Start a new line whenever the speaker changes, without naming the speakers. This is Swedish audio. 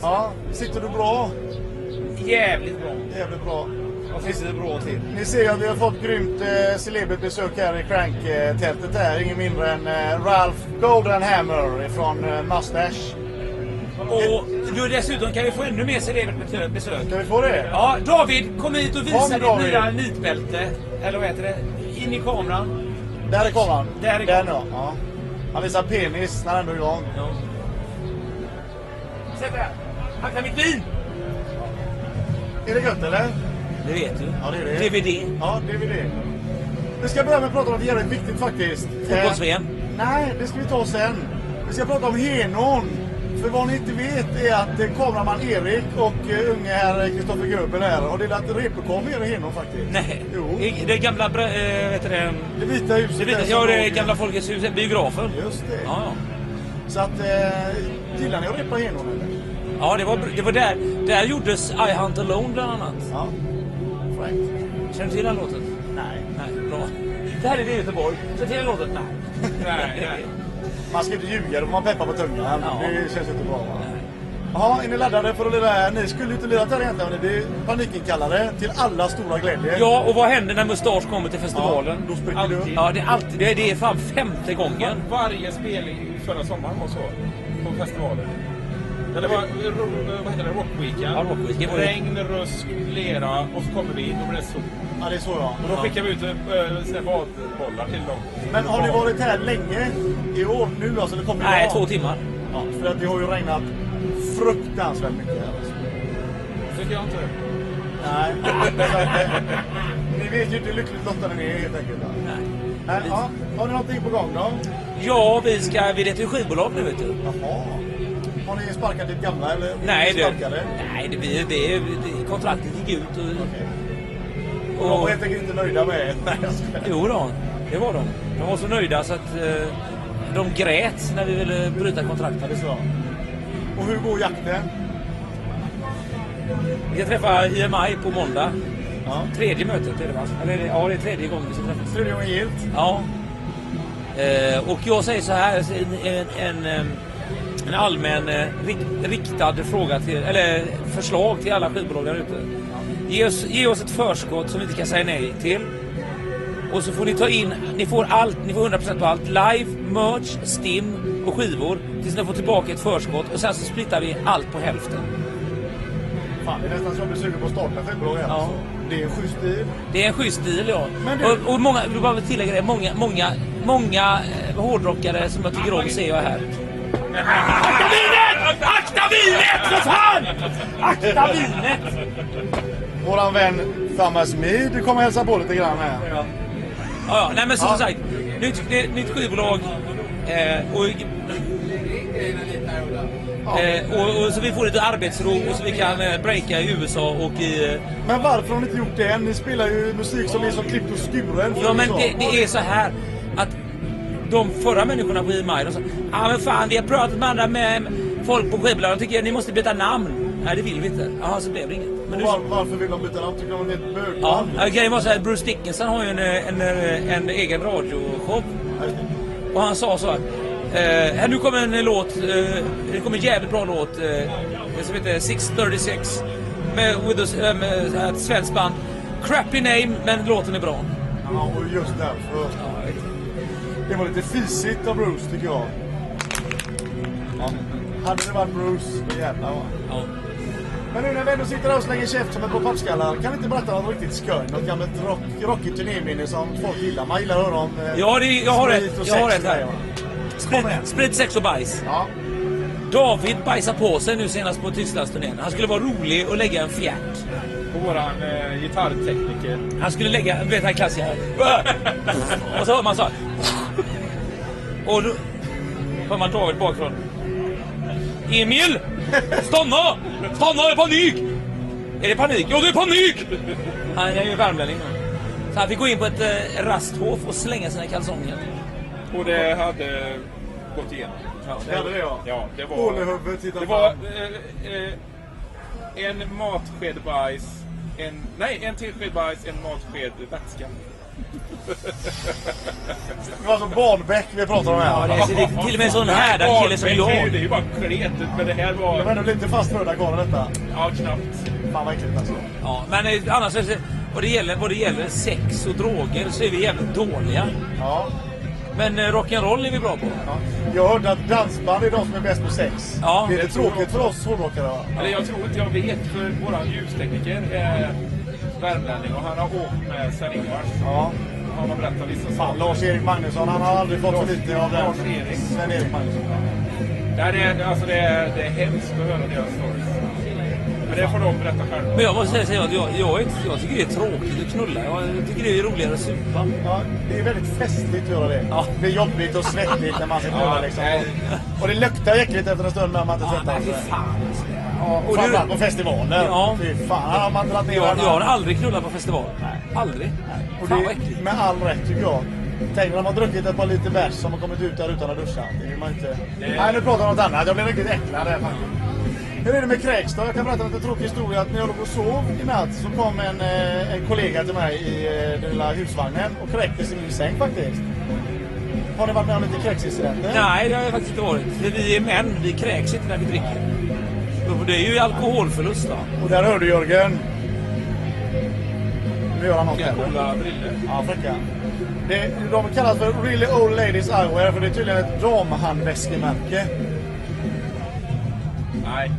Ja, sitter du bra?
Jävligt bra.
Jävligt bra.
Jag sitter bra till.
Ni ser ju att vi har fått grymt eh, celebert besök här i Crank-tältet här. Ingen mindre än eh, Ralph Goldenhammer från eh, Mustache.
Och du, dessutom kan vi få ännu mer celebert besök.
Kan vi få det?
Ja, David, kom hit och
Kom,
visa ditt
David.
nya nitbälte. Eller vad heter det? In i kameran.
Där kom han.
Där är
ja. ja. Han visar penis när han är igång.
Ja. Sätt dig här. Akta mitt vin!
Är det gött eller?
Det vet du.
Ja, det är det. Äh.
DVD.
Ja, det är väl det. Vi ska börja med att prata om något jävligt viktigt faktiskt. Eh,
Fotbolls-VM.
nej, det ska vi ta sen. Vi ska prata om Henån. För vad ni inte vet är att eh, kameraman Erik och eh, unge herr Kristoffer Göbel här har delat repokal nere i Henån faktiskt.
Nej,
Jo.
det- det gamla... bra- eh, vet du det?
Det vita huset.
Det vet
där
jag, ja,
som
det
låg-
gamla Folkets hus, biografen.
Just det.
Ja,
Så att, eh, gillar ni att repa Henån eller?
ja. ja det, var, br- det var där. Där gjordes I Hunt Alone bland annat.
Ja. Frank?
Känner du till den låten?
Nej.
Nej, bra. Det här är det i Göteborg. Känner du till den låten? Nej.
Nej, nej.
Man ska inte ljuga, då får man peppa på tungan.
Ja.
Det känns inte bra. Va? Jaha, är ni laddade för att lira här? Ni skulle ju inte lirat här egentligen, men ni blev panikinkallade till alla stora glädje.
Ja, och vad händer när Mustasch kommer till festivalen?
Ja, då spricker
Alltid.
du.
Ja, det är alltid. Det är, det är fan femte gången.
Varje spelning förra sommaren var så. På festivalen. Ja, det var ro- vad heter det, rockweekend.
Ja, Rock Weekend var ju-
Regn, rusk, lera och så kommer vi och blir det sol.
Ja, det är så ja.
Och då skickar vi ut eh, såna här badbollar till dem.
Men har ni varit här länge? I år? Nu alltså? Det kommer
Nej,
idag.
två timmar.
Ja, för att det har ju regnat fruktansvärt mycket här. Alltså.
Tycker jag inte.
Nej. Så att, eh, ni vet ju inte hur lyckligt lottade ni är helt enkelt. va? Men, ja, har ni någonting på gång då?
Ja, vi ska... Vi är ett skivbolag nu, vet du.
Jaha. Har ni sparkat ditt gamla eller?
Nej, det...
Sparkade?
Nej, det, det, det, det kontraktet gick ut och...
Okej. De var
och
helt enkelt inte nöjda med er. Nej, jag skojar.
jo då, det var de. De var så nöjda så att eh, de grät när vi ville bryta
Ja,
kontraktet.
det är så. Och hur går jakten?
Vi ska träffa IMI på måndag.
Ja.
Tredje mötet är det va? Eller, är det- ja, det är tredje gången vi ska träffas.
Tredje gången gillt.
Ja. Eh, och jag säger så här, en, en, en, eh, en allmän eh, rik- riktad fråga till, eller förslag till alla skivbolag där ute. Ge oss, ge oss ett förskott som vi inte kan säga nej till. Och så får ni ta in, ni får allt, ni får 100% på allt. Live, merch, stim och skivor. Tills ni får tillbaka ett förskott och sen så splittar vi allt på hälften.
Fan, det är nästan så jag blir sugen på att starta skivbolag igen.
Ja.
alltså. Det är en schysst deal.
Det är en schysst deal, ja.
Men du-
Och, och många, jag vill bara tillägga det, många, många, många eh, hårdrockare som jag tycker om ser jag här. Akta vinet! Akta vinet för fan! Akta vinet!
Våran vän Thomas Mead kommer hälsa på lite grann här.
Ja, ja, nej men som
Ja.
sagt, nytt, det är ett nytt skivbolag. Eh, och, eh, och, och, så vi får lite arbetsro och så vi kan eh, breaka i USA och i... Eh,
Men varför har ni inte gjort det än? Ni spelar ju musik som är som klippt och skuren.
Ja men det, det är så här att de förra människorna på IMI, de sa ah, men fan vi har pratat med andra med folk på skivbolaget, de tycker ni måste byta namn. Nej det vill vi inte. Jaha så blev det inget. Men
Och
nu,
var, varför vill de byta namn? Tycker de att det är ett
ja,
bögband?
ja, grejen var så här, Bruce Dickinson har ju en, eh, en, eh, en egen radioshow. Och han sa så här, eh, här nu kommer en eh, låt, eh, det kommer en jävligt bra låt eh, som heter 636 med, with us, eh, med så här, ett svenskt band. Crappy name men låten är bra.
Ja, och just därför. Det var lite fisigt av Bruce tycker jag. Ja. Hade det varit Bruce, då jävlar va.
Ja.
Men nu när vi ändå sitter här och slänger käft som ett par pappskallar, kan ni inte berätta något riktigt skoj? Något gammalt rock, rockigt turnéminne som folk gillar? Man gillar att höra om eh,
Ja, det, jag har
sprit
ett.
och
Jag har
sex
ett här.
och grejer, va?
Sprit,
Kom igen.
sprit, sex och bajs.
Ja.
David bajsade på sig nu senast på Tysklandsturnén. Han skulle vara rolig och lägga en fjärt.
Och våran eh, gitarrtekniker.
Han skulle lägga, du vet den här klassiska. Och så hör man så här. Och då hör man David bakifrån. Emil! Stanna! Stanna, det är panik! Är det panik? Ja, det är panik! Han är ju värmlänning. Så han fick gå in på ett eh, rasthof och slänga sina kalsonger.
Och det hade gått igenom.
Det hade det ja.
Ja, det var...
Ålehuvud, titta
Det
på.
var eh, eh, en matsked bajs, en, nej en tesked bajs, en matsked vätska.
Det var alltså Barnbäck vi pratade om
Ja,
här.
det är, så det är till och med en sån härdad kille som
Barnbänk är ju-
jag.
Det är ju bara kletigt, men det
Det
här
var
var...
ändå lite fast röda kvar i detta.
Ja, knappt.
Fan vad äckligt alltså.
Ja, men eh, annars, är det- vad det, gäller, vad det gäller sex och droger så är vi jävligt dåliga.
Ja.
Men eh, rock'n'roll är vi bra på.
Ja. Jag hörde att dansband är de som är bäst på sex.
Ja.
det är lite tråkigt för oss hårdrockare. va?
Eller jag tror inte jag vet, för våran ljustekniker är värmlänning och han har åkt med Sven-Ingvars.
Ja.
Han har berättat vissa
Fan,
saker.
Lars-Erik Magnusson, han har aldrig fått för lite av den.
Lars-Erik.
Sven-Erik Magnusson.
Nej, det, är, alltså det, är, det är hemskt att höra deras stories. Men det får de berätta själva.
Men jag måste säga- säga att jag, jag, är inte- jag tycker det är tråkigt att knulla. Jag tycker det är roligare att supa.
Ja, det är väldigt festligt att göra det.
Ja.
Det är jobbigt och svettigt när man ska knulla
Ja,
liksom.
nej.
Och det luktar äckligt efter en stund när man inte
Ja, men
tvättar
fy
sig.
fan alltså. Ja, och du,
Framförallt på festivaler.
Ja.
Fy fan, här har man dragit ner
jag, jag
alla.
har aldrig knullat på festival. Aldrig.
Och
Fan vad
det
äckligt.
är med all rätt tycker jag. Tänk när man har druckit ett par liter bärs som har kommit ut där utan att duscha. Det vill man inte...
Det-
Nej, nu pratar jag om något annat. Jag blev riktigt äcklad där faktiskt. Hur är det med kräks då? Jag kan berätta en liten tråkig historia. Att när jag låg och sov i natt så kom en, eh, en kollega till mig i eh, den lilla husvagnen och kräktes i min säng faktiskt. Har ni varit med om lite kräksincidenter?
Nej, det har jag faktiskt inte varit. För vi är män, vi kräks inte när vi dricker. Det är ju alkoholförlust va?
Och där hör du Jörgen. Nu gör han något här.
Coola briller.
Ja, fräcka. Det, de kallas för Really Old Ladies Eyewear för det är tydligen ett damhandväskemärke.
Nej.